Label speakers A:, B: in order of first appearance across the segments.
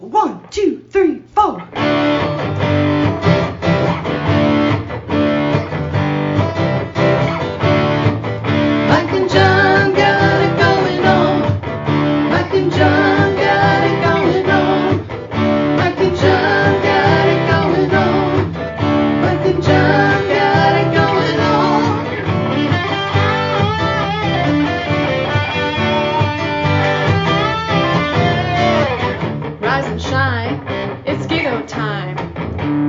A: One, two, three, four. Mike and John got it going on. Mike and John got it going on. Mike and John got it going on. Mike and John got it going on. Rise and shine, it's Gigo time.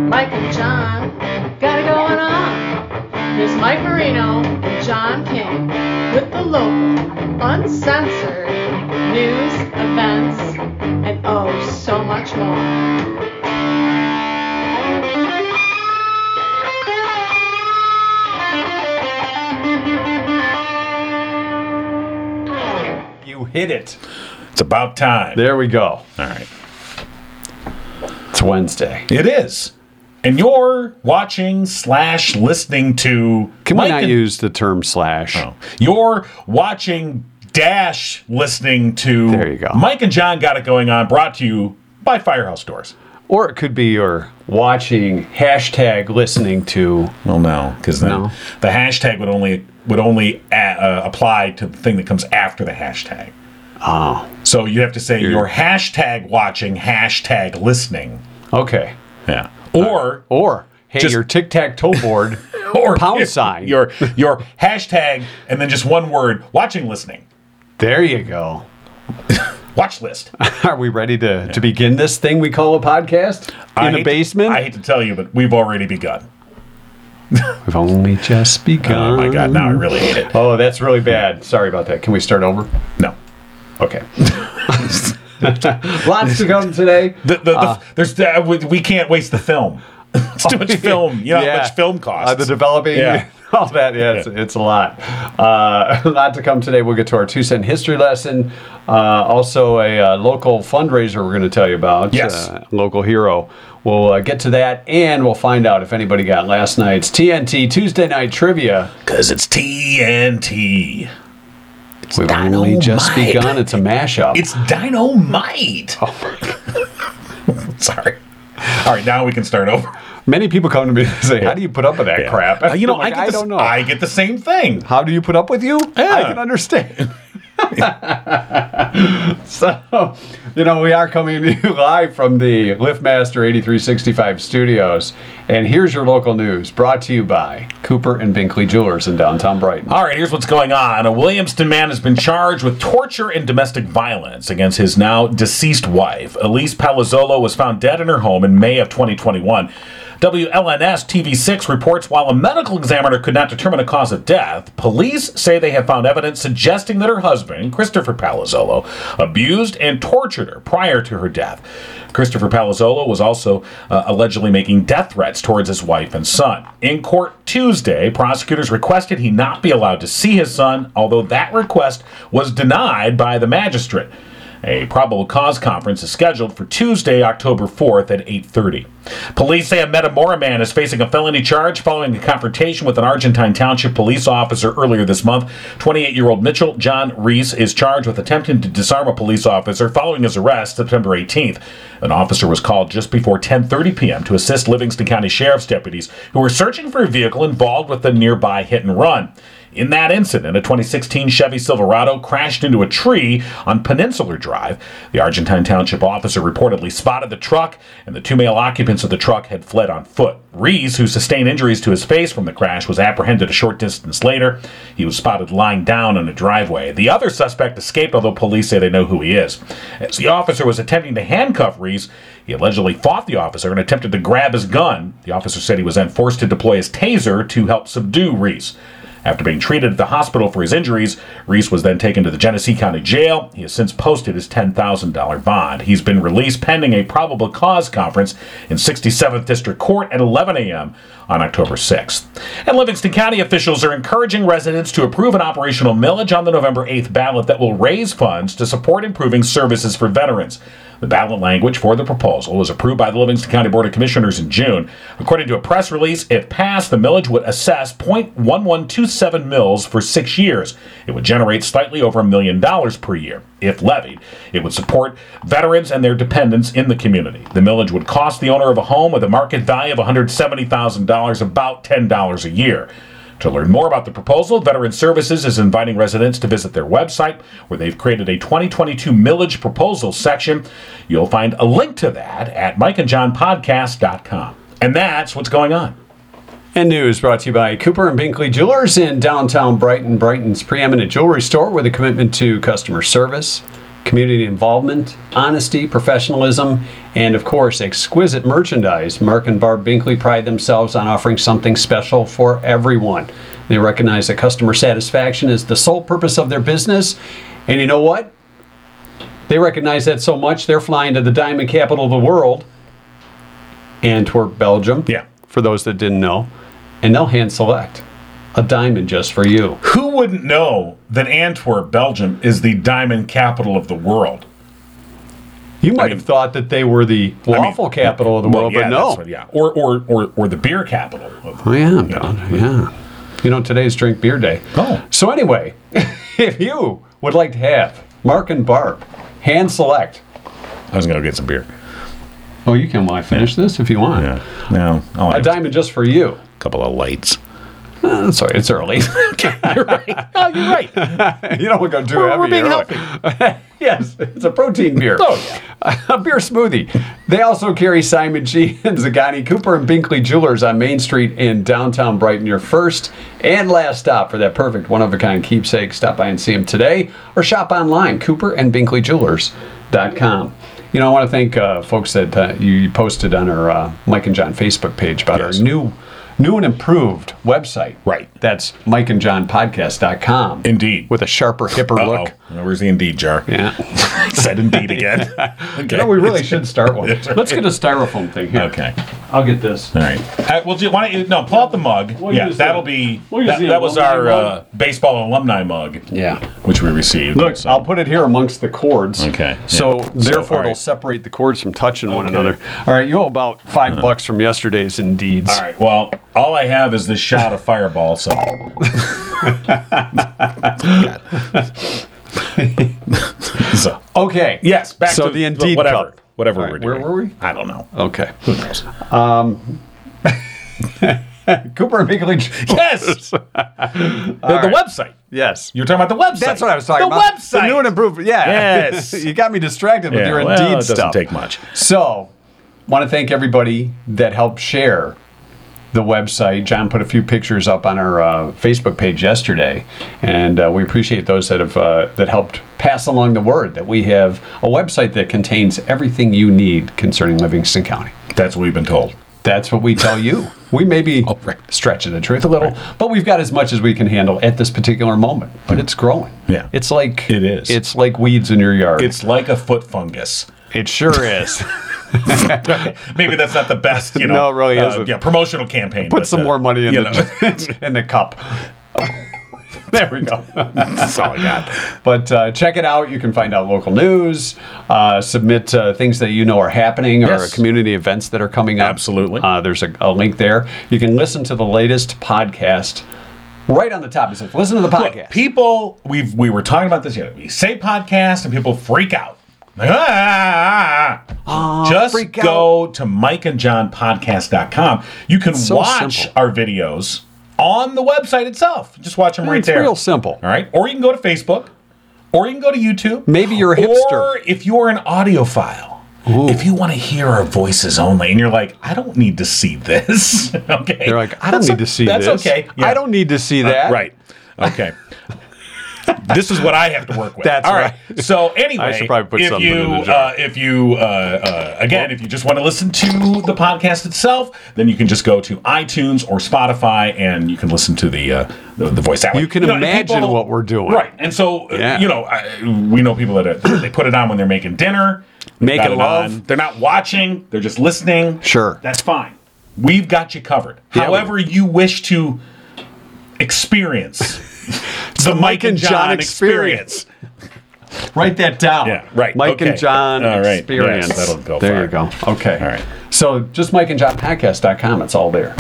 A: Mike and John got it going on. Here's Mike Marino and John King with the local, uncensored news, events, and oh, so much more.
B: You hit it. It's about time.
C: There we go.
B: All right.
C: It's Wednesday.
B: It is. And you're watching slash listening to.
C: Can we
B: Mike
C: not
B: and-
C: use the term slash?
B: Oh. You're watching dash listening to.
C: There you go.
B: Mike and John got it going on. Brought to you by Firehouse Doors.
C: Or it could be you're watching, hashtag listening to.
B: Well, no, because then
C: No.
B: the hashtag would only would only a, uh, apply to the thing that comes after the hashtag.
C: Oh,
B: So you have to say you're, hashtag watching hashtag listening.
C: okay.
B: Yeah. Or
C: Or, hey,
B: Just-
C: your tic tac toe board.
B: or
C: pound sign.
B: Your your hashtag and then just one word watching listening.
C: there you go.
B: Watch list. In
C: Are we ready to, to begin this thing we call a podcast? In a basement?
B: I hate to tell you, but we've already begun.
C: We've only just begun.
B: Oh my god, now I really hate it.
C: Oh, that's really bad. Sorry about that. Can we start over?
B: No.
C: Okay. Lots to come today.
B: The, the, the, there's uh, we, we can't waste the film. It's too much film. You know how much film costs.
C: Uh, the developing,
B: Yeah.
C: all that. Yeah, it's, it's a lot. Uh, a lot to come today. We'll get to our two cent history lesson. Uh, also, a uh, local fundraiser we're going to tell you about.
B: Yes.
C: Uh, local hero. We'll uh, get to that and we'll find out if anybody got last night's TNT Tuesday night trivia.
B: Cause it's TNT.
C: We've only just
B: dynamite.
C: begun. It's a mashup.
B: It's dynamite. Sorry. All right, now we can start over.
C: Many people come to me and say, How do you put up with that crap?
B: Uh, you know,
C: Like,
B: I, get the,
C: don't know.
B: I get the same thing.
C: How do you put up with you? I can understand. so, you know, we are coming to you live from the LiftMaster 8365 studios. And here's your local news brought to you by Cooper and Binkley Jewelers in downtown Brighton.
B: All right, here's what's going on. A Williamston man has been charged with torture and domestic violence against his now deceased wife. Elise Palazzolo was found dead in her home in May of 2021. WLNS TV6 reports while a medical examiner could not determine a cause of death, police say they have found evidence suggesting that her husband, Christopher Palazzolo, abused and tortured her prior to her death. Christopher Palazzolo was also uh, allegedly making death threats towards his wife and son. In court Tuesday, prosecutors requested he not be allowed to see his son, although that request was denied by the magistrate. A probable cause conference is scheduled for Tuesday, October 4th at 8:30. Police say a Metamora man is facing a felony charge following a confrontation with an Argentine Township police officer earlier this month. 28-year-old Mitchell John Reese is charged with attempting to disarm a police officer following his arrest September 18th. An officer was called just before 10:30 p.m. to assist Livingston County Sheriff's deputies who were searching for a vehicle involved with the nearby hit and run. In that incident, a 2016 Chevy Silverado crashed into a tree on Peninsular Drive. The Argentine Township officer reportedly spotted the truck, and the two male occupants of the truck had fled on foot. Rees, who sustained injuries to his face from the crash, was apprehended a short distance later. He was spotted lying down in a driveway. The other suspect escaped, although police say they know who he is. As the officer was attempting to handcuff Rees, he allegedly fought the officer and attempted to grab his gun. The officer said he was then forced to deploy his taser to help subdue Rees. After being treated at the hospital for his injuries, Reese was then taken to the Genesee County Jail. He has since posted his $10,000 bond. He's been released pending a probable cause conference in 67th District Court at 11 a.m. on October 6th. And Livingston County officials are encouraging residents to approve an operational millage on the November 8th ballot that will raise funds to support improving services for veterans. The ballot language for the proposal was approved by the Livingston County Board of Commissioners in June. According to a press release, if passed, the millage would assess 0.1127 mills for six years. It would generate slightly over a million dollars per year. If levied, it would support veterans and their dependents in the community. The millage would cost the owner of a home with a market value of $170,000 about $10 a year. To learn more about the proposal, Veteran Services is inviting residents to visit their website where they've created a 2022 millage proposal section. You'll find a link to that at mikeandjohnpodcast.com. And that's what's going on.
C: And news brought to you by Cooper and Binkley Jewelers in downtown Brighton, Brighton's preeminent jewelry store with a commitment to customer service, community involvement, honesty, professionalism, and of course, exquisite merchandise. Mark and Barb Binkley pride themselves on offering something special for everyone. They recognize that customer satisfaction is the sole purpose of their business. And you know what? They recognize that so much, they're flying to the diamond capital of the world, Antwerp, Belgium.
B: Yeah.
C: For those that didn't know. And they'll hand select a diamond just for you.
B: Who wouldn't know that Antwerp, Belgium is the diamond capital of the world?
C: You might
B: mean-
C: have thought that they were the
B: I mean,
C: lawful capital of the
B: well,
C: world, but
B: yeah,
C: no.
B: that's what- yeah. Or, or, or, or the beer capital. Of
C: I am, Don. Yeah. You know, today's drink beer day.
B: Oh.
C: So anyway, if you would like to have Mark and Barb hand select.
B: I was going to get some beer.
C: Oh, you can. Well, I finish this if you want.
B: Yeah. No, I'll
C: A
B: have a
C: diamond just for you.
B: couple of lights.
C: Uh, sorry, it's early.
B: you're right. Oh, you're right.
C: you don't go too
B: We're-
C: heavy.
B: we're being
C: early. yes, it's a protein beer.
B: Oh, yeah.
C: a beer smoothie. They also carry Simon G and Zagani Cooper and Binkley Jewelers on Main Street in downtown Brighton. Your first and last stop for that perfect one of a kind keepsake. Stop by and see them today or shop online, Cooper and Binkley Jewelers.com. You know, I want to thank uh, folks that uh, you posted on our uh, Mike and John Facebook page about
B: Yes.
C: our new new and improved website.
B: Right.
C: That's mikeandjohnpodcast.com.
B: Indeed.
C: With a sharper, hipper
B: Uh-oh.
C: look.
B: Where's the Indeed jar?
C: Yeah.
B: I said Indeed again. okay.
C: No, we really should start one.
B: That's right.
C: Let's get a styrofoam thing here.
B: Okay.
C: I'll get this.
B: All right. Uh, well, do you, why don't you, no, pull out the mug.
C: We'll
B: yeah,
C: use
B: that'll
C: the-
B: be.
C: we'll use
B: that,
C: the
B: that was
C: alumni
B: our
C: mug.
B: uh, baseball alumni mug.
C: Yeah.
B: Which we received.
C: Look,
B: So-
C: I'll put it here amongst the cords.
B: Okay,
C: So
B: yeah. So,
C: therefore,
B: all
C: it'll
B: right.
C: separate the cords from touching one
B: Okay. Uh-huh.
C: another. All right, you owe about 5 bucks from yesterday's Indeeds.
B: All right. Well, all I have is this shot of fireball. So. so
C: Okay.
B: yes, back
C: so
B: to
C: the Indeed
B: whatever,
C: cup.
B: whatever
C: All right,
B: we're
C: where
B: doing.
C: were we?
B: I don't know.
C: Okay.
B: Who knows?
C: Cooper and Binkley.
B: Yes, the, the website.
C: Yes.
B: You were talking about the website.
C: That's what I was talking
B: the
C: about.
B: Website.
C: The new and improved. Yeah.
B: Yes.
C: you got me distracted with
B: Yeah,
C: your
B: well,
C: Indeed
B: it doesn't
C: stuff.
B: take much.
C: So, want to thank everybody that helped share the website. John put a few pictures up on our uh, Facebook page yesterday, and uh, we appreciate those that have uh, that helped pass along the word that we have a website that contains everything you need concerning Livingston County.
B: That's what we've been told.
C: That's what we tell you. We may be
B: Oh, right.
C: stretching the truth a little, but we've got as much as we can handle at this particular moment. But it's growing.
B: Yeah.
C: It's like
B: It is.
C: It's like weeds in your yard.
B: It's like a foot fungus.
C: it sure is.
B: Maybe that's not the best, you know.
C: No,
B: uh,
C: it really isn't.
B: Yeah, promotional campaign. uh,
C: Put some more money in
B: you
C: the in the cup. there we go.
B: That's all I got.
C: But uh, check it out. You can find out local news, uh, submit uh, things that you know are happening or
B: Yes.
C: community events that are coming up.
B: Absolutely.
C: Uh, there's a, a link there. You can listen to the latest podcast right on the top. It says, listen to the
B: Look,
C: podcast.
B: people, we've we were talking about this. You know, we say podcast and people freak out. Like, "Ah, ah, ah, ah." Just
C: freak
B: go to mikeandjohnpodcast.com. You can
C: so
B: watch
C: simple.
B: our videos on the website itself. Just watch them right
C: it's
B: there.
C: real simple.
B: All right. Or you can go to Facebook. Or you can go to YouTube.
C: Maybe you're a
B: Or
C: hipster.
B: if you're an audiophile, if you want to hear our voices only, and you're like, I don't need to see this. okay.
C: They're like, I don't
B: That's
C: need
B: o-
C: to see
B: that's
C: this.
B: okay. Yeah. Uh,
C: I don't need to see that.
B: Right. Okay. this is what I have to work with.
C: That's
B: All right. So anyway,
C: I should probably put
B: if,
C: something
B: you,
C: in the jar.
B: uh, if you, uh, uh, again, if you just want to listen to the podcast itself, then you can just go to iTunes or Spotify, and you can listen to the uh, the, the voice. That way.
C: You can
B: and
C: imagine what we're doing.
B: right? And so, uh,
C: Yeah.
B: you know, I, we know people that are, they put it on when they're making dinner, They've
C: Making
B: got it
C: love.
B: on. They're not watching; they're just listening.
C: Sure.
B: that's fine. We've got you covered.
C: Yeah, we-
B: However, you wish to experience. the Mike and John experience.
C: Write that down.
B: Yeah, right,
C: Mike and
B: okay.
C: John
B: All right,
C: experience.
B: yes, that'll go
C: there
B: far.
C: you go. Okay.
B: All right.
C: So just Mike and John podcast.com. It's all there.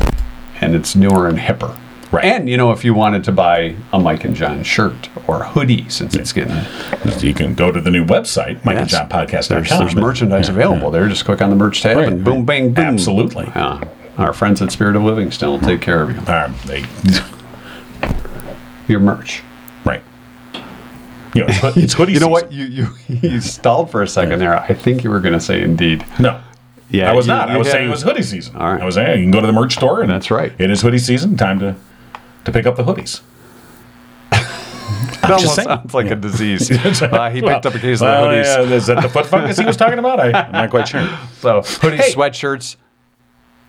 C: And it's newer and hipper.
B: Right.
C: And, you know, if you wanted to buy a Mike and John shirt or hoodie, since it's getting,
B: You can go to the new website,
C: Yes.
B: MikeandJohnPodcast.com.
C: there's, there's merchandise available there. Just click on the merch tab
B: Right,
C: and boom, bang, boom.
B: Absolutely.
C: Yeah. Our friends at Spirit of Livingston will take care of you.
B: All right, Um, they-
C: Your merch.
B: right. You know, it's hood- it's hoodie
C: You know
B: season.
C: what? You, you, you stalled for a second there. I think you were going to say indeed.
B: No.
C: Yeah,
B: I was
C: you-
B: not. I
C: you
B: was
C: had-
B: saying it was hoodie season.
C: All right.
B: I was saying you can go to the merch store and
C: That's right.
B: It is hoodie season. Time to to pick up the hoodies.
C: It almost
B: just saying.
C: sounds like a disease. Uh, he picked up a case of
B: Well,
C: hoodies.
B: yeah, is that the foot fungus he was talking about? I, I'm not quite sure.
C: So hoodies,
B: Hey.
C: sweatshirts,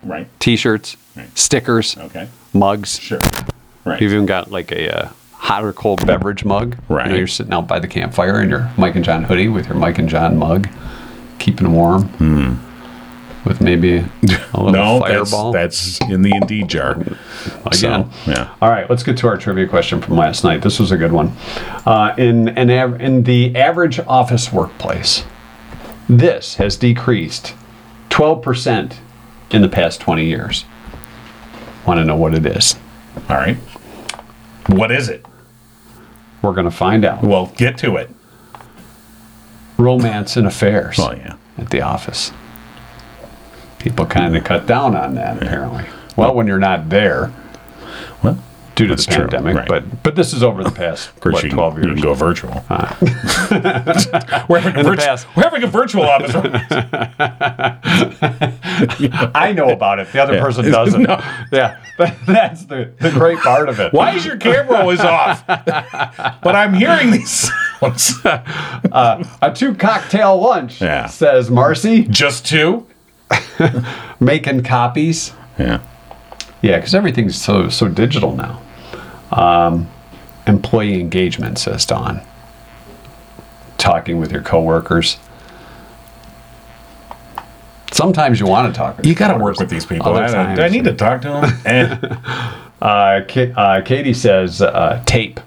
B: Right.
C: t-shirts, stickers,
B: Okay.
C: mugs.
B: Sure. Right.
C: You've even got like a uh, hot or cold beverage mug. You
B: Right.
C: know, you're sitting out by the campfire in your Mike and John hoodie with your Mike and John mug, keeping warm. With maybe a little
B: Hmm. no, that's,
C: fireball.
B: that's in the Indeed jar.
C: again.
B: So, yeah.
C: All right, let's get to our trivia question from last night. This was a good one. Uh, in an av- in the average office workplace, this has decreased 12% in the past 20 years. Want to know what it is?
B: All right. What is it?
C: We're going to find out.
B: Well, get to it.
C: Romance and affairs
B: Well, yeah.
C: at the office. People kind of cut down on that apparently. Well, when you're not there
B: Well,
C: due to
B: That's
C: the
B: true,
C: pandemic,
B: right.
C: but but this is over the past
B: of course,
C: what,
B: you, can-
C: 12
B: you
C: years.
B: can go virtual. we're, having a
C: Ah. In the
B: virtu-
C: past.
B: we're having a virtual office.
C: I know about it. The other person doesn't. Yeah, that's the, the great part of it.
B: Why is your camera always off? but I'm hearing these sounds.
C: Uh, A two cocktail lunch,
B: Yeah.
C: says Marcy,
B: Just two?
C: making copies.
B: Yeah.
C: Yeah, because everything's so so digital now. Um, employee engagement, says Don. Talking with your coworkers. Sometimes you want to talk. With
B: You
C: your
B: got to
C: coworkers.
B: work with these people.
C: Other
B: I, I-
C: times-
B: I need to talk to them. Eh.
C: Uh, Ka- uh, Katie says uh, tape.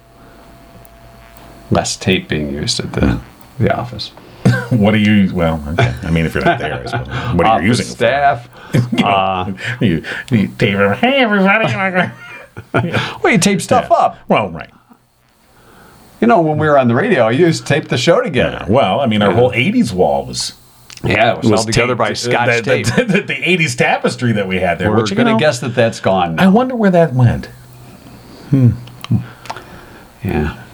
C: Less tape being used at the the office.
B: what are you? Well, okay. I mean, if you're not there, I suppose. What are you
C: Office
B: using? it for?
C: staff. uh,
B: You, you tape them. Hey, everybody.
C: well, you tape stuff up.
B: well, right.
C: You know, when we were on the radio, you used to tape the show together.
B: Yeah. Uh, Well, I mean, our whole 80s wall was.
C: Yeah, it was, held together
B: taped.
C: by scotch
B: the,
C: tape.
B: The, the, the 80s tapestry that we had there.
C: we're
B: which, you
C: going to
B: know,
C: guess that that's gone.
B: I wonder where that went.
C: yeah,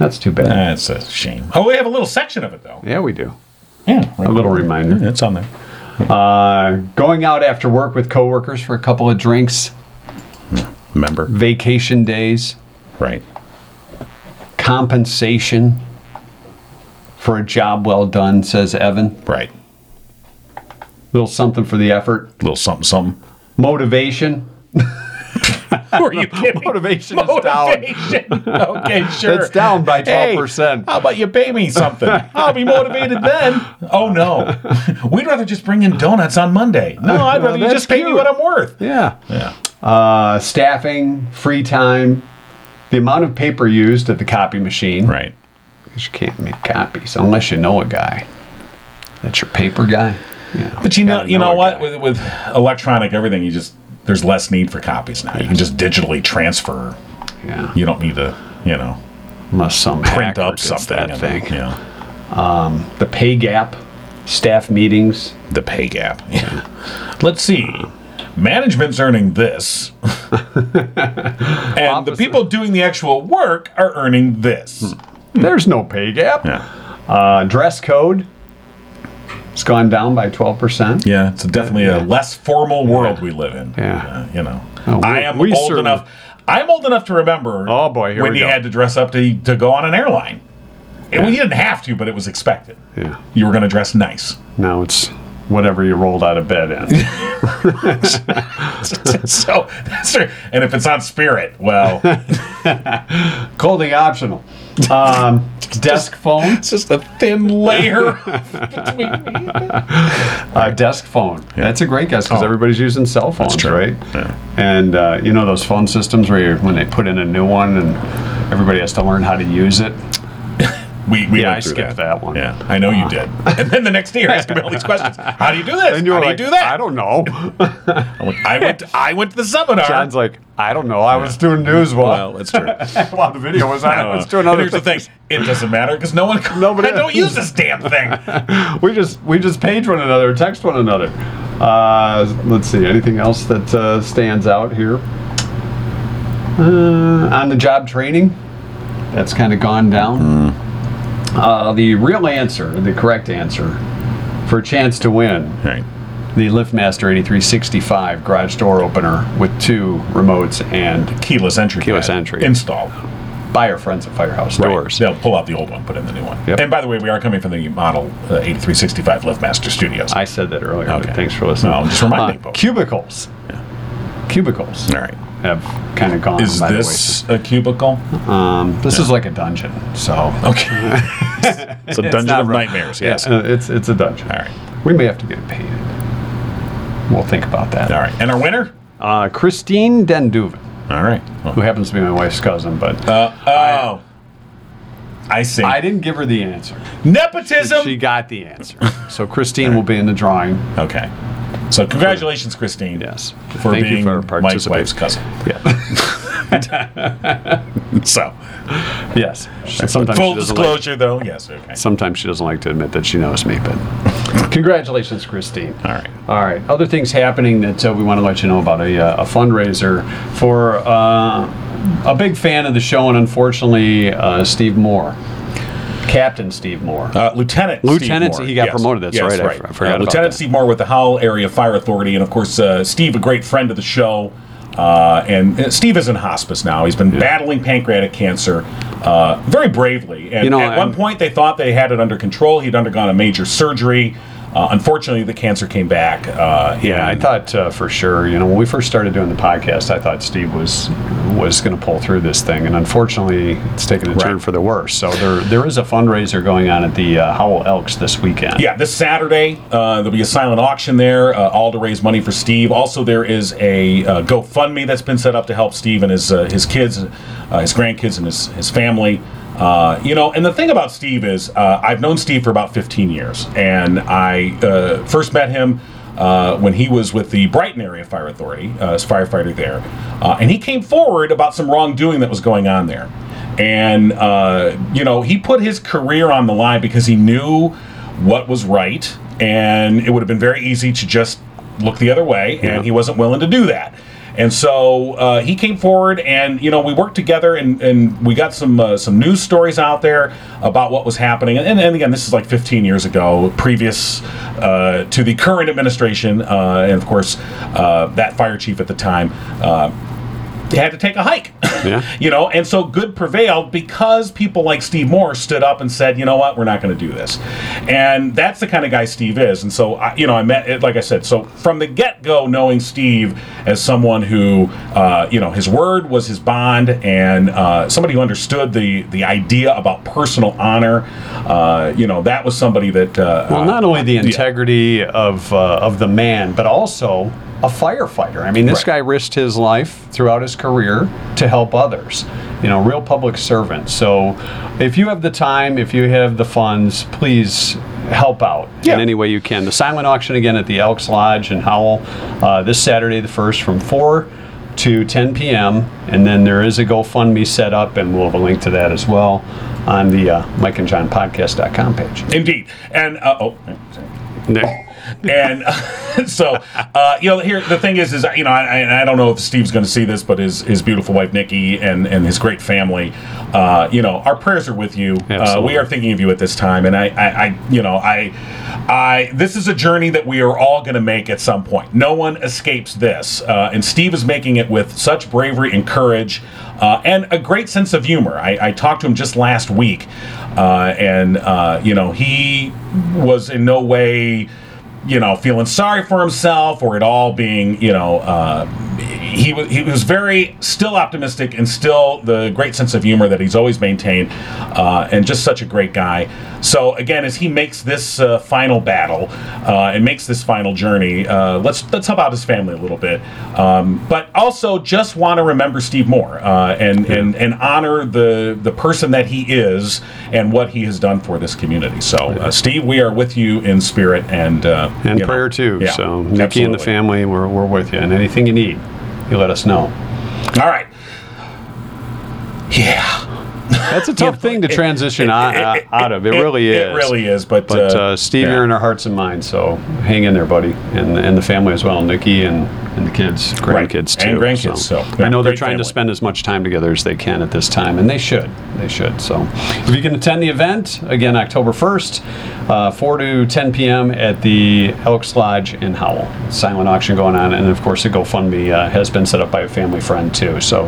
C: that's too bad.
B: That's a shame. Oh, we have a little section of it, though.
C: yeah, we do.
B: Yeah.
C: A little reminder.
B: It's on there.
C: Uh, going out after work with coworkers for a couple of drinks,
B: Remember?
C: vacation days,
B: Right.
C: compensation for a job well done, says Evan.
B: Right.
C: little something for the effort.
B: A little something, something.
C: Motivation.
B: Who are you kidding?
C: Motivation is down.
B: Motivation. okay, sure.
C: It's down by
B: Hey,
C: 12%.
B: how about you pay me something? I'll be motivated then. Oh no, we'd rather just bring in donuts on Monday. No, I'd
C: Well,
B: rather you
C: that's
B: just pay me
C: cute.
B: what I'm worth.
C: Yeah.
B: Yeah.
C: Uh, staffing, free time, the amount of paper used at the copy machine.
B: Right.
C: 'Cause you can't make copies unless you know a guy. That's your paper guy. Yeah.
B: But you know,
C: Gotta
B: you know
C: a
B: what?
C: guy.
B: With, with electronic everything, you just there's less need for copies now. You can just digitally transfer.
C: Yeah.
B: You don't need to, you know,
C: Unless some
B: print
C: hacker
B: up
C: gets
B: something.
C: That
B: and-
C: thing.
B: Yeah.
C: The pay gap, staff meetings.
B: The pay gap. Yeah. Let's see. Management's earning this, and the
C: Opposite.
B: people doing the actual work are earning this.
C: There's no pay gap.
B: Hmm. Yeah.
C: Uh, dress code. It's gone down by twelve percent.
B: Yeah, it's definitely a less formal world we live in.
C: Yeah.
B: Uh, you know,
C: Oh, we-
B: I am
C: we
B: old
C: certainly-
B: enough. I'm old enough to remember.
C: Oh, boy, here
B: when
C: we
B: you
C: go.
B: had to dress up to to go on an airline, and well, you didn't have to, but it was expected.
C: Yeah.
B: You were going to dress nice.
C: Now it's whatever you rolled out of bed in.
B: so that's right. And if it's on Spirit, well,
C: Clothing optional. Um, desk phone.
B: it's just a thin layer.
C: Uh, desk phone. That's a great guess because
B: Oh.
C: everybody's using cell phones,
B: true.
C: right?
B: Yeah.
C: And uh, you know those phone systems where you, when they put in a new one and everybody has to learn how to use it.
B: We, we
C: Yeah,
B: went
C: I
B: through
C: skipped that one.
B: Yeah, I know you did. And then the next day, you're asking me all these questions. How do you do this?
C: And you're
B: How
C: like,
B: do you do that?
C: I don't know.
B: I'm like, I went. I went to the seminar.
C: John's like, I don't know. I was doing news
B: well,
C: while,
B: that's true.
C: while the video was on. I was doing
B: and
C: other
B: here's the thing:
C: things.
B: it doesn't matter because no one.
C: Nobody-
B: I don't use this damn thing.
C: we just we just page one another, text one another. Uh, let's see, anything else that uh, stands out here? Uh, on the job training, that's kind of gone down.
B: Mm-hmm.
C: Uh, the real answer, the correct answer, for a chance to win,
B: Right.
C: the LiftMaster 8365 garage door opener with two remotes and
B: Keyless entry.
C: Keyless
B: pad.
C: entry.
B: Installed.
C: buyer friends at Firehouse
B: Right.
C: Doors.
B: They'll pull out the old one, put in the new one.
C: Yep.
B: And by the way, we are coming from the model uh, 8365 LiftMaster Studios.
C: I said that earlier. but
B: Okay.
C: Thanks for listening. Uh,
B: No, just remind people.
C: Cubicles. Cubicles
B: all right.
C: have kind of gone.
B: Is
C: by the
B: this a cubicle?
C: wayside. Um, this is like a dungeon. So
B: Okay. it's a dungeon
C: not
B: of
C: right.
B: nightmares. Yes.
C: Uh, it's it's a dungeon.
B: All right.
C: We may have to get it painted. We'll think about that.
B: All right. And our winner?
C: Uh, Christine Denduven,
B: All right.
C: who happens to be my wife's cousin, but
B: Uh, oh. I see.
C: I didn't give her the answer.
B: Nepotism.
C: She got the answer. So Christine will be in the drawing.
B: okay. So congratulations, Christine.
C: Yes.
B: For
C: Thank you
B: being
C: for
B: Mike's
C: participating.
B: wife's cousin.
C: Yeah.
B: So
C: yes. She- Sometimes
B: full
C: she doesn't like-
B: disclosure, though. Yes. Okay.
C: Sometimes she doesn't like to admit that she knows me, but congratulations, Christine.
B: All right.
C: All right. Other things happening that uh, we want to let you know about a, uh, a fundraiser for uh, a big fan of the show, and unfortunately, uh, Steve Moore, Captain Steve Moore.
B: Uh, Lieutenant
C: Lieutenant,
B: Steve Moore.
C: he got promoted, that's right, I f- I forgot
B: Uh,
C: about
B: Lieutenant
C: that.
B: Steve Moore with the Howell Area Fire Authority, and of course, uh, Steve, a great friend of the show. Uh, and uh, Steve is in hospice now. He's been battling pancreatic cancer uh, very bravely. And
C: You know,
B: at one
C: I'm-
B: point, they thought they had it under control. He'd undergone a major surgery. Uh, unfortunately, the cancer came back. Uh,
C: Yeah, I
B: and-
C: thought uh, for sure. You know, when we first started doing the podcast, I thought Steve was was going to pull through this thing, and unfortunately, it's taken a turn
B: Right.
C: for the worse. So there there is a fundraiser going on at the uh, Howell Elks this weekend.
B: Yeah, this Saturday uh, there'll be a silent auction there, uh, all to raise money for Steve. Also, there is a uh, GoFundMe that's been set up to help Steve and his uh, his kids, uh, his grandkids, and his his family. Uh, you know, and the thing about Steve is, uh, I've known Steve for about 15 years, and I uh, first met him uh, when he was with the Brighton Area Fire Authority uh, as firefighter there, uh, and he came forward about some wrongdoing that was going on there, and uh, you know he put his career on the line because he knew what was right, and it would have been very easy to just look the other way, and he wasn't willing to do that. And so uh, he came forward, and you know we worked together, and, and we got some uh, some news stories out there about what was happening. And, and again, this is like 15 years ago, previous uh, to the current administration, uh, and of course uh, that fire chief at the time uh, had to take a hike.
C: Yeah.
B: you know, and so good prevailed because people like Steve Moore stood up and said, you know what, we're not going to do this. And that's the kind of guy Steve is. And so, I, you know, I met, it- like I said, so from the get go, knowing Steve as someone who, uh, you know, his word was his bond and uh, somebody who understood the, the idea about personal honor, uh, you know, that was somebody that. Uh,
C: Well, not only the integrity of uh, of the man, but also a firefighter. I mean, this
B: Right.
C: guy risked his life throughout his career to help others. You know, real public servant. So, if you have the time, if you have the funds, please help out
B: Yeah.
C: in any way you can. The silent auction again at the Elks Lodge in Howell uh, this Saturday, the first, from four. To 10 p.m. and then there is a GoFundMe set up, and we'll have a link to that as well on the uh, MikeandJohnPodcast.com page.
B: Indeed. And, uh, oh, and so uh, you know here the thing is is you know I, I- I don't know if steve's going to see this but his his beautiful wife nikki and and his great family uh, you know our prayers are with you uh,
C: Absolutely.
B: we are thinking of you at this time and I, I i you know i i this is a journey that we are all going to make at some point no one escapes this uh, and steve is making it with such bravery and courage uh, and a great sense of humor. I, I talked to him just last week, uh, and uh, you know he was in no way you know, feeling sorry for himself or it all being, you know, uh, he was he was very still optimistic and still the great sense of humor that he's always maintained, uh, and just such a great guy. So again, as he makes this uh, final battle uh, and makes this final journey, uh, let's let's help out his family a little bit, um, but also just want to remember Steve Moore uh, and and and honor the the person that he is and what he has done for this community. So uh, Steve, we are with you in spirit and uh,
C: and
B: you know,
C: prayer too.
B: yeah,
C: so Nikki and the
B: absolutely.
C: family, we're, we're with you. And anything you need, you let us know.
B: All right. Yeah.
C: That's a tough thing to transition o- o- out of. It, really is.
B: It really is. But,
C: But uh, Steve,
B: yeah.
C: you're in our hearts and minds, so hang in there, buddy, and and the family as well, Nikki and, and the kids,
B: Right.
C: grandkids too.
B: And grandkids, so, yeah,
C: I know they're
B: great
C: trying to
B: family.
C: spend as much time together as they can at this time, and they should. They should. So, if you can attend the event again, October first, uh, four to ten p.m. at the Elks Lodge in Howell. Silent auction going on, and of course, the GoFundMe uh, has been set up by a family friend too. So,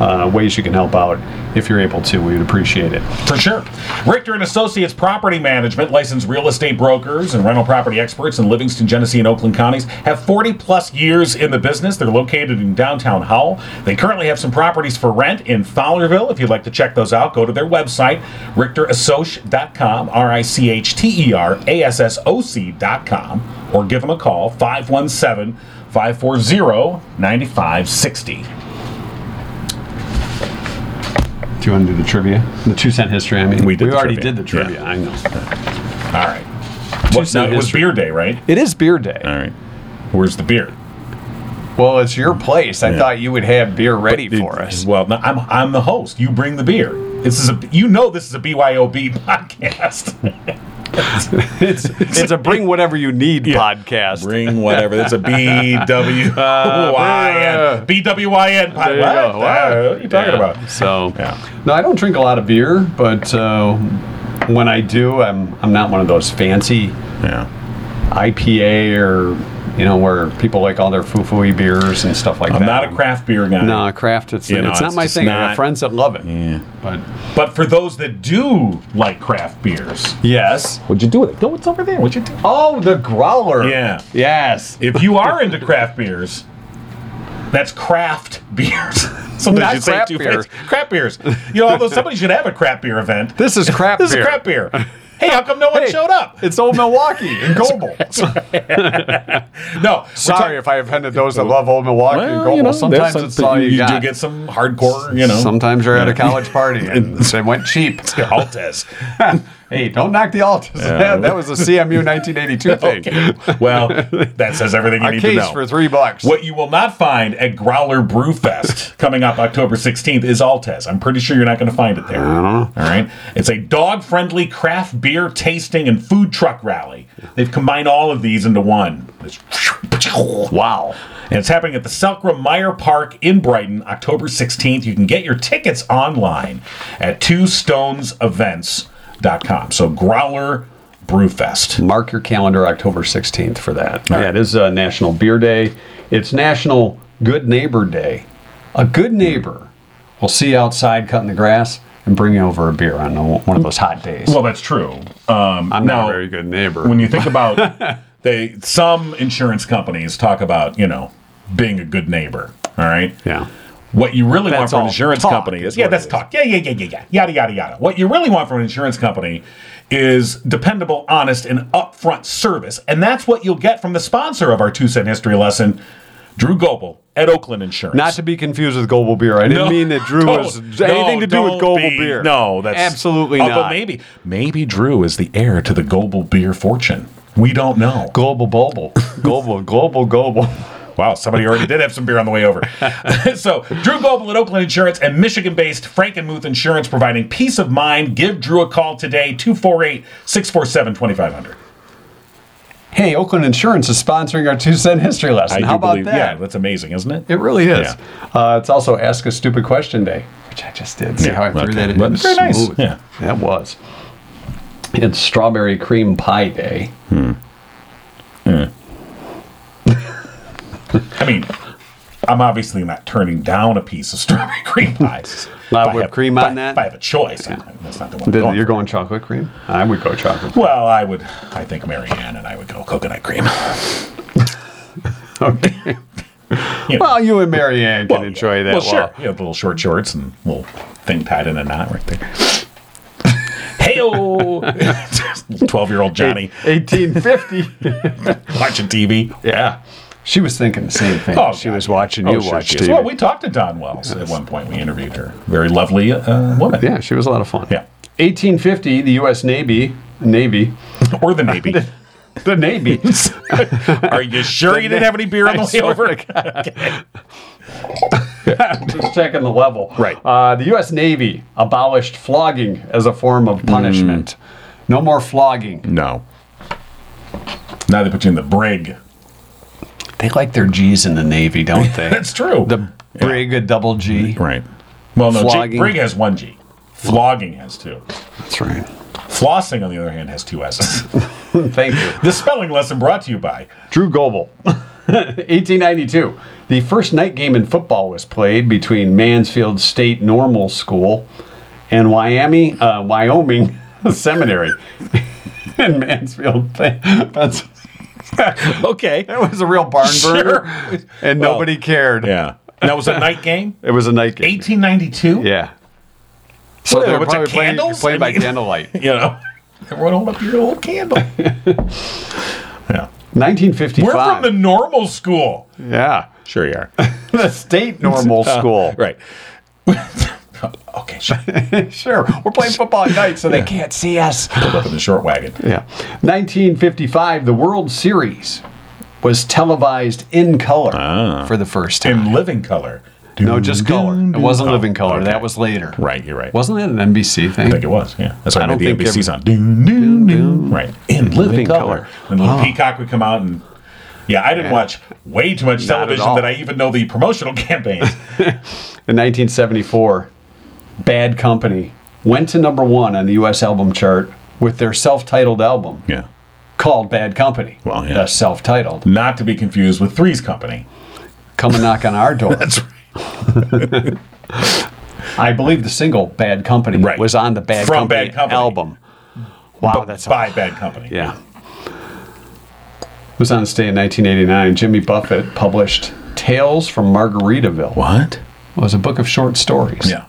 C: uh, ways you can help out if you're able to, we would appreciate it.
B: For sure. Richter and Associates Property Management, licensed real estate brokers and rental property experts in Livingston, Genesee, and Oakland counties, have 40 plus years in the business. They're located in downtown Howell. They currently have some properties for rent in Fowlerville. If you'd like to check those out, go to their website, richterassociate.com, R I C H T E R A S S O C.com, or give them a call, 517 540 9560.
C: Do you want to do the trivia? The two cent history. I mean,
B: We did the
C: already
B: trivia.
C: did the trivia.
B: Yeah.
C: I know.
B: All right. What,
C: cent
B: no, it was
C: history.
B: beer day, right?
C: It is beer day.
B: All right. Where's the beer?
C: Well, it's your place. I thought you would have beer ready for us.
B: Well, no, I'm I'm the host. You bring the beer. This is a you know this is a BYOB podcast.
C: It's it's a bring whatever you need podcast.
B: bring whatever. That's a BWYN
C: Uh,
B: BWYN.
C: There you
B: what?
C: go.
B: Uh, what are you talking
C: Yeah.
B: about?
C: So,
B: Yeah.
C: no, I don't drink a lot of beer, but uh, when I do, I'm I'm not one of those fancy
B: Yeah.
C: IPA or you know where people like all their foo-foo beers and stuff like
B: I'm
C: that.
B: not a craft beer guy.
C: No, craft. It's
B: You know,
C: it's not
B: it's
C: my
B: just
C: thing. I
B: not-
C: have friends that love it,
B: Yeah.
C: but
B: But for those that do like craft beers,
C: yes.
B: what'd you do with it? No, it's over there. What'd you do?
C: Oh, the growler.
B: Yeah.
C: Yes.
B: If you are into craft beers, that's craft beers. Sometimes
C: Not
B: you say
C: crap
B: two
C: beer.
B: beers. Crap beers. You know, although somebody should have a crap beer event.
C: This is crap
B: This
C: beer.
B: is crap beer. Hey, how come no one
C: Hey,
B: showed up?
C: It's old Milwaukee in Goble.
B: No. we're
C: Sorry
B: talking-
C: if I offended those that love old Milwaukee and Goble.
B: Well, you know,
C: sometimes
B: there's
C: it's
B: some-
C: all you,
B: you
C: got.
B: do get some hardcore, you know.
C: Sometimes you're at a college party and they went cheap.
B: Altes.
C: hey, don't knock the altus. that was a CMU 1982 thing.
B: Okay. Well, that says everything you
C: A
B: need to know.
C: case for three bucks.
B: What you will not find at Growler Brew Fest coming up October 16th is Altes. I'm pretty sure you're not going to find it there. I don't know. All right. It's a dog friendly craft beer tasting and food truck rally. They've combined all of these into one. It's-
C: Wow.
B: And it's happening at the Selkra Meyer Park in Brighton, October 16th. You can get your tickets online at twostonesevents.com. So Growler Brewfest.
C: Mark your calendar October 16th for that. Yeah, it is uh, National Beer Day. It's National Good Neighbor Day. A good neighbor will see you outside cutting the grass and bring you over a beer on the- one of those hot days.
B: Well, that's true. Um,
C: I'm
B: now-
C: not a very good neighbor.
B: when you think about they some insurance companies talk about you know being a good neighbor all right
C: yeah.
B: what you really want
C: That's
B: from an
C: all
B: insurance
C: talk
B: company
C: is
B: is yeah
C: what it
B: that's
C: is.
B: talk yeah yeah yeah yeah yeah yada yada yada what you really want from an insurance company is dependable honest and upfront service and that's what you'll get from the sponsor of our two cent history lesson drew goble at oakland insurance
C: Not to be confused with Goble beer. I didn't
B: No,
C: mean that Drew
B: don't-
C: was anything
B: no,
C: to do with
B: don't
C: Goble
B: be-
C: beer.
B: No, that's
C: absolutely
B: Although
C: not.
B: maybe maybe Drew is the heir to the Goble beer fortune. We don't know.
C: Global Bobble. Global, global, global.
B: Wow, somebody already did have some beer on the way over. so, Drew Goble at Oakland Insurance and Michigan based Frankenmuth Insurance providing peace of mind. Give Drew a call today, 248 647 2500.
C: Hey, Oakland Insurance is sponsoring our two cent history lesson. How about
B: Yeah,
C: that?
B: that's amazing, isn't it?
C: it really is.
B: Yeah.
C: Uh, it's also Ask a Stupid Question Day, which I just did. See
B: Yeah,
C: how I threw
B: okay.
C: that in?
B: Well, very nice.
C: Smooth.
B: Yeah.
C: That was. It's Strawberry Cream Pie Day.
B: I mean, I'm obviously not turning down a piece of strawberry cream pie. If
C: Lot of
B: I
C: whipped
B: have-
C: cream
B: if I-
C: on that?
B: If I have a choice, I'm- that's not the one. I'm
C: Did-
B: going
C: You're
B: for.
C: going chocolate cream? I would go chocolate.
B: Well, I would. I think Marianne and I would go coconut cream.
C: Okay.
B: you know.
C: Well, you and Marianne can enjoy that.
B: Well, sure.
C: while-
B: You have little short shorts and little thing tied in a knot right there. Heyo, twelve-year-old Johnny
C: 1850.
B: watching TV.
C: yeah. She was thinking the same thing.
B: Oh,
C: she
B: God.
C: was watching
B: Oh,
C: you
B: sure
C: watch
B: she is.
C: TV.
B: Well, we talked to Don Wells at one point. We interviewed her. Very lovely uh, woman.
C: yeah, she was a lot of fun.
B: Yeah.
C: 1850, the U.S. Navy, Navy,
B: Or the Navy.
C: the Navy.
B: Are you sure you didn't have any beer on the way over?
C: Just checking the level.
B: Right.
C: Uh, the U.S. Navy abolished flogging as a form of punishment.
B: Mm.
C: No more flogging.
B: No. Now they put you in the brig.
C: They like their G's in the Navy, don't they?
B: That's true.
C: The brig, a double G.
B: right. Well, no, G,
C: Flogging.
B: brig has one G. Flogging has two.
C: That's right.
B: Flossing, on the other hand, has two S's.
C: Thank you.
B: the spelling lesson brought to you by
C: Drew Goble. 1892. The first night game in football was played between Mansfield State Normal School and Wyoming, uh, Wyoming Seminary in Mansfield. That's,
B: Okay.
C: that was a real barn burner,
B: Sure.
C: and
B: Well,
C: nobody cared.
B: Yeah. That was a night game?
C: It was a night game.
B: 1892?
C: Yeah. So
B: What,
C: they were
B: what's that,
C: probably playing,
B: candles?
C: playing
B: I
C: by
B: mean-
C: candlelight.
B: You know, everyone hold up your little candle. yeah.
C: 1955.
B: We're from the normal school.
C: yeah.
B: Sure you are.
C: The state normal
B: Uh,
C: school.
B: right. okay, sure.
C: sure. We're playing football at night, so they can't see us.
B: Pulled up in the short wagon.
C: Yeah. 1955, the World Series was televised in color for the first time.
B: Ah. In living color.
C: no, just color. It wasn't
B: Oh,
C: living color.
B: okay.
C: That was later.
B: Right, you're right.
C: Wasn't that an NBC thing?
B: I think it was, yeah. That's why I,
C: I
B: made
C: don't
B: the
C: think
B: NBC
C: every-
B: sound. Doon, doon, doon. Right. In living
C: Living
B: color.
C: color.
B: And little peacock would come out and. Yeah, I didn't watch way too much
C: Not at
B: television
C: all.
B: that I even know the promotional campaigns.
C: In 1974, Bad Company went to number one on the U.S. album chart with their self titled album
B: yeah.
C: called Bad Company.
B: Well, yeah.
C: The self titled.
B: Not to be confused with Three's Company.
C: Come and knock on our door. That's
B: right.
C: I believe the single Bad Company
B: Right.
C: was on the Bad,
B: From
C: Company,
B: Bad Company.
C: album. Wow, that's a
B: by Bad Company.
C: Yeah. It was on its day in 1989. Jimmy Buffett published Tales from Margaritaville.
B: What?
C: It was a book of short stories.
B: Yeah.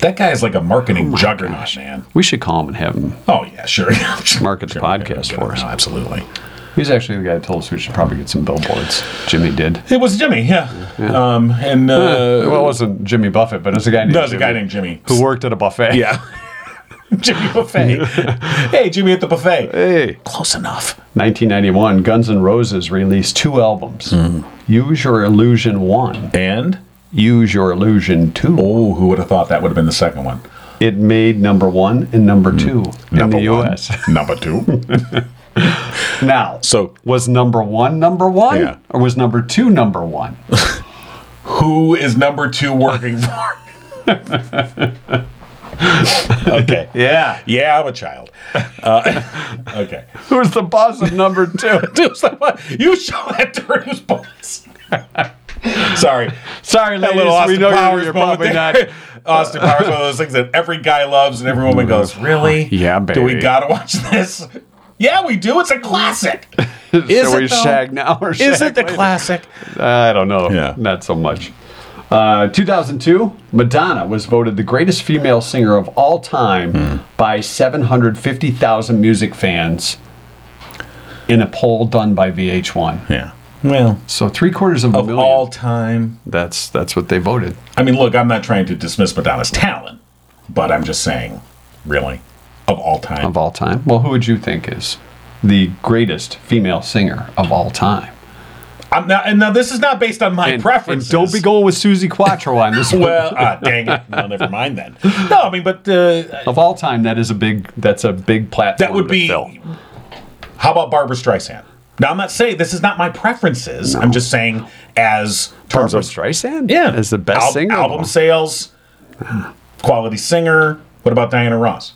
B: That guy is like a
C: Oh
B: marketing juggernaut, man.
C: We should call him and have him.
B: Oh yeah, sure.
C: Market the
B: Sure,
C: podcast
B: yeah,
C: for us.
B: no, absolutely.
C: He's actually the guy that told us we should probably get some billboards. Jimmy did.
B: It was Jimmy, yeah. Um, and uh,
C: well, it wasn't Jimmy Buffett, but it's a guy named
B: no, it was a guy named Jimmy.
C: who worked at a buffet.
B: Yeah. Jimmy Buffet. hey, Jimmy at the buffet.
C: Hey.
B: Close enough.
C: 1991, Guns N' Roses released two albums.
B: Hmm.
C: Use Your Illusion 1,
B: And
C: Use Your Illusion 2.
B: oh, who would have thought that would have been the second one?
C: It made number one and number two in
B: Hmm. Number
C: the
B: one.
C: U.S.
B: Number two.
C: Now,
B: So-
C: was number one number one,
B: Yeah.
C: or was number two number one?
B: who is number two working for? okay.
C: Yeah,
B: Yeah, I'm a child. Uh, okay.
C: who's the boss of number two?
B: Dude, someone- you show that turd who's boss. Sorry.
C: Sorry,
B: That
C: ladies,
B: little Austin
C: we know you're-
B: Powers
C: you're, probably not.
B: moment there. Austin Powers, one of those things that every guy loves and every woman goes, Really?
C: Yeah,
B: Do we
C: baby."
B: gotta watch this? Yeah, we do. It's a classic. Is
C: so
B: it
C: we
B: though?
C: shag now or
B: Is
C: shag
B: it the
C: later? Uh,
B: classic?
C: I don't know.
B: Yeah.
C: not so much. Uh, 2002, Madonna was voted the greatest female singer of all time by 750,000 music fans in a poll done by VH1.
B: Yeah. Well,
C: So three quarters of, a
B: of
C: million.
B: all time.
C: that's that's what they voted.
B: I mean, look, I'm not trying to dismiss Madonna's talent, but I'm just saying, really, of all time.
C: of all time. Well, who would you think is the greatest female singer of all time?
B: I'm not, and now this is not based on my preferences.
C: don't be going with Susie Quattro on this one.
B: Well, ah, dang it. Well, never mind then. No, I mean, but uh,
C: Of all time, that is a big. That's a big platform.
B: that
C: to
B: would be.
C: fill.
B: How about Barbara Streisand? Now, I'm not saying this is not my preferences. I'm just saying, as terms
C: Barbra
B: of
C: Streisand.
B: yeah,
C: is the best
B: Al-
C: singer.
B: album sales, quality singer. What about Diana Ross?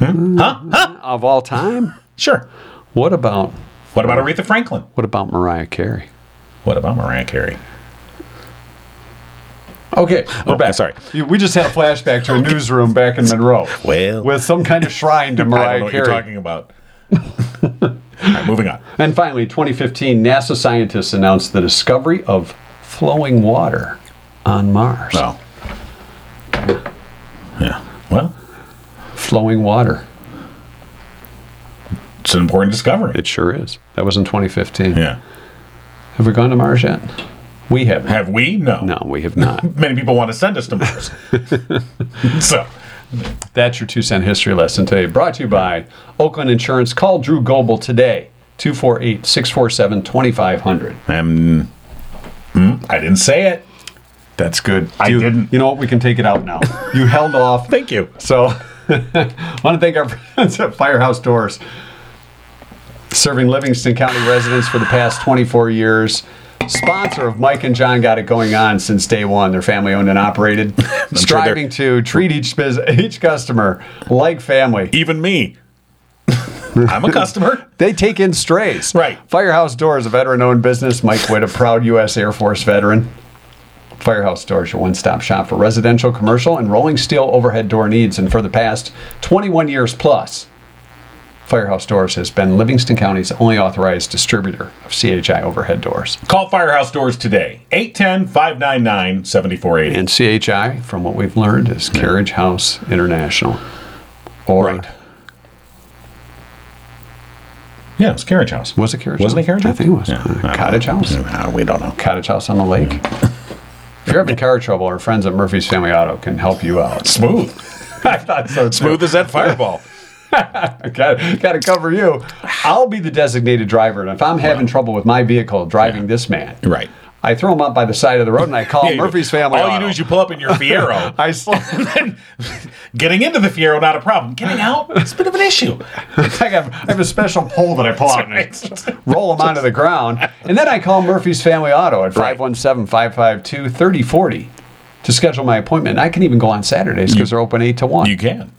B: Hmm? Huh? Huh?
C: of all time.
B: Sure.
C: What about
B: What about Aretha Franklin?
C: what about Mariah Carey?
B: What about Mariah Carey?
C: Okay, we're
B: Oh,
C: back.
B: sorry.
C: You- we just had a flashback to a newsroom back in Monroe
B: Well,
C: with some kind of shrine to
B: I don't know
C: Mariah
B: what you're
C: Carey.
B: talking about. All right, moving on.
C: And finally, 2015, NASA scientists announced the discovery of flowing water on Mars.
B: No. Yeah. Well,
C: Flowing water.
B: it's an important discovery.
C: It sure is. That was in 2015.
B: Yeah.
C: Have we gone to Mars yet? We haven't.
B: Have we? No.
C: No, we have not.
B: Many people want to send us to Mars. so,
C: That's your two cent history lesson today. Brought to you by Oakland Insurance. Call Drew Goble today, 248 647 2500.
B: um, mm, I didn't say it.
C: That's good.
B: I didn't.
C: You know what? We can take it out now. You held off.
B: Thank you.
C: So I want to thank our friends at Firehouse Doors, serving Livingston County residents for the past 24 years. Sponsor of Mike and John got it going on since day one. They're family owned and operated,
B: sure they're-
C: striving to treat each bus each customer like family.
B: Even me. I'm a customer.
C: They take in strays.
B: Right.
C: Firehouse Doors, a veteran owned business. Mike Witt, a proud U.S. Air Force veteran. Firehouse Doors, your one stop shop for residential, commercial, and rolling steel overhead door needs. And for the past 21 years plus, Firehouse Doors has been Livingston County's only authorized distributor of CHI overhead doors.
B: Call Firehouse Doors today. 810 599 7480.
C: And CHI, from what we've learned, is Carriage House International. Or
B: Right. Yeah, it's Carriage House.
C: was it Carriage
B: Wasn't it Carriage
C: I
B: House?
C: think it was.
B: Yeah.
C: Uh, Cottage House.
B: No, we don't know.
C: cottage house on the lake. If you're having car trouble, our friends at Murphy's Family Auto can help you out.
B: Smooth.
C: I thought so. too.
B: Smooth as that fireball.
C: Got, got to cover you. I'll be the designated driver, and if I'm having trouble with my vehicle driving this man,
B: Right.
C: I throw him up by the side of the road and I call
B: Yeah, you do.
C: Murphy's Family
B: All
C: Auto.
B: you do is you pull up in your Fiero.
C: I sl-
B: Getting into the Fiero, not a problem. Getting out, it's a bit of an issue.
C: I, have, I have a special pole that I pull out and I roll him onto the ground. And then I call Murphy's Family Auto at
B: Right.
C: 517 552 3040 to schedule my appointment. I can even go on Saturdays because they're open 8 to 1.
B: You can.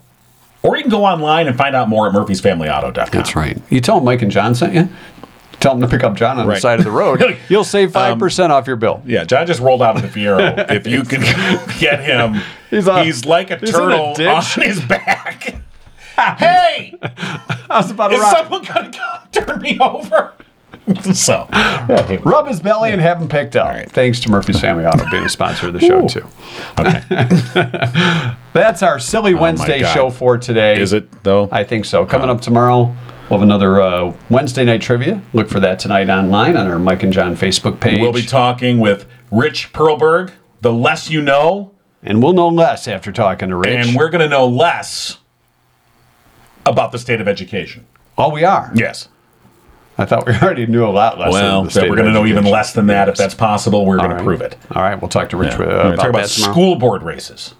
B: Or you can go online and find out more at murphysfamilyauto.com.
C: That's right. You tell them Mike and John sent you. Tell them to pick up John on the
B: Right. Um,
C: side of the road. You'll save five percent off your bill.
B: Yeah, John just rolled out of the Fiero. if you can get him,
C: He's
B: he's,
C: a-
B: like a
C: he's in a
B: turtle
C: ditch.
B: on his back. hey,
C: I was about to
B: is
C: rob,
B: someone going to come turn me over? so,
C: rub his belly and have him picked up.
B: right.
C: Thanks to Murphy's Family Auto being a sponsor of the show
B: Ooh.
C: too.
B: okay.
C: That's our silly Wednesday
B: Oh, God.
C: show for today.
B: is it Oh. though?
C: I think so. Coming up tomorrow, we'll have another uh, Wednesday night trivia. Look for that tonight online on our Mike and John Facebook page.
B: We'll be talking with Rich Perlberg, the less you know,
C: and we'll know less after talking to Rich.
B: and we're going to know less about the state of education.
C: oh, we are.
B: Yes.
C: I thought we already knew a lot less.
B: Well,
C: than the
B: that
C: state
B: we're going to
C: of
B: know even
C: education.
B: less than that. If that's possible, we're going
C: All
B: to
C: right.
B: prove it.
C: All right, we'll talk to Rich uh,
B: We're gonna
C: about,
B: talk about
C: that tomorrow.
B: school board races.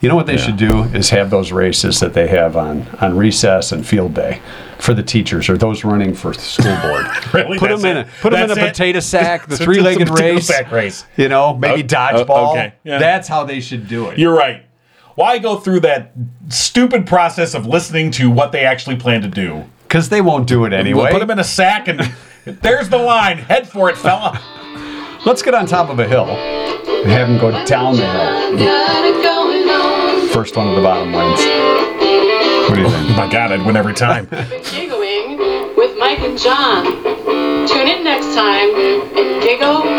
C: You know what they should do is have those races that they have on, on recess and field day for the teachers or those running for school board.
B: Really?
C: put
B: That's
C: them in
B: it?
C: a put 'em in
B: That's
C: a
B: it?
C: potato sack, the
B: It's a-
C: three legged
B: it's a potato
C: race,
B: sack race.
C: You know, maybe
B: oh,
C: dodgeball.
B: okay, yeah.
C: That's how they should do it.
B: You're right. Why go through that stupid process of listening to what they actually plan to do?
C: Because they won't do it anyway.
B: We'll put them in a sack and there's the line. Head for it, fella.
C: Let's get on top of a hill and have them go down the hill.
A: Got it going on.
C: First one at the bottom wins. What do you think?
B: Oh my God, I'd win every time.
A: Been giggling with Mike and John. Tune in next time and giggle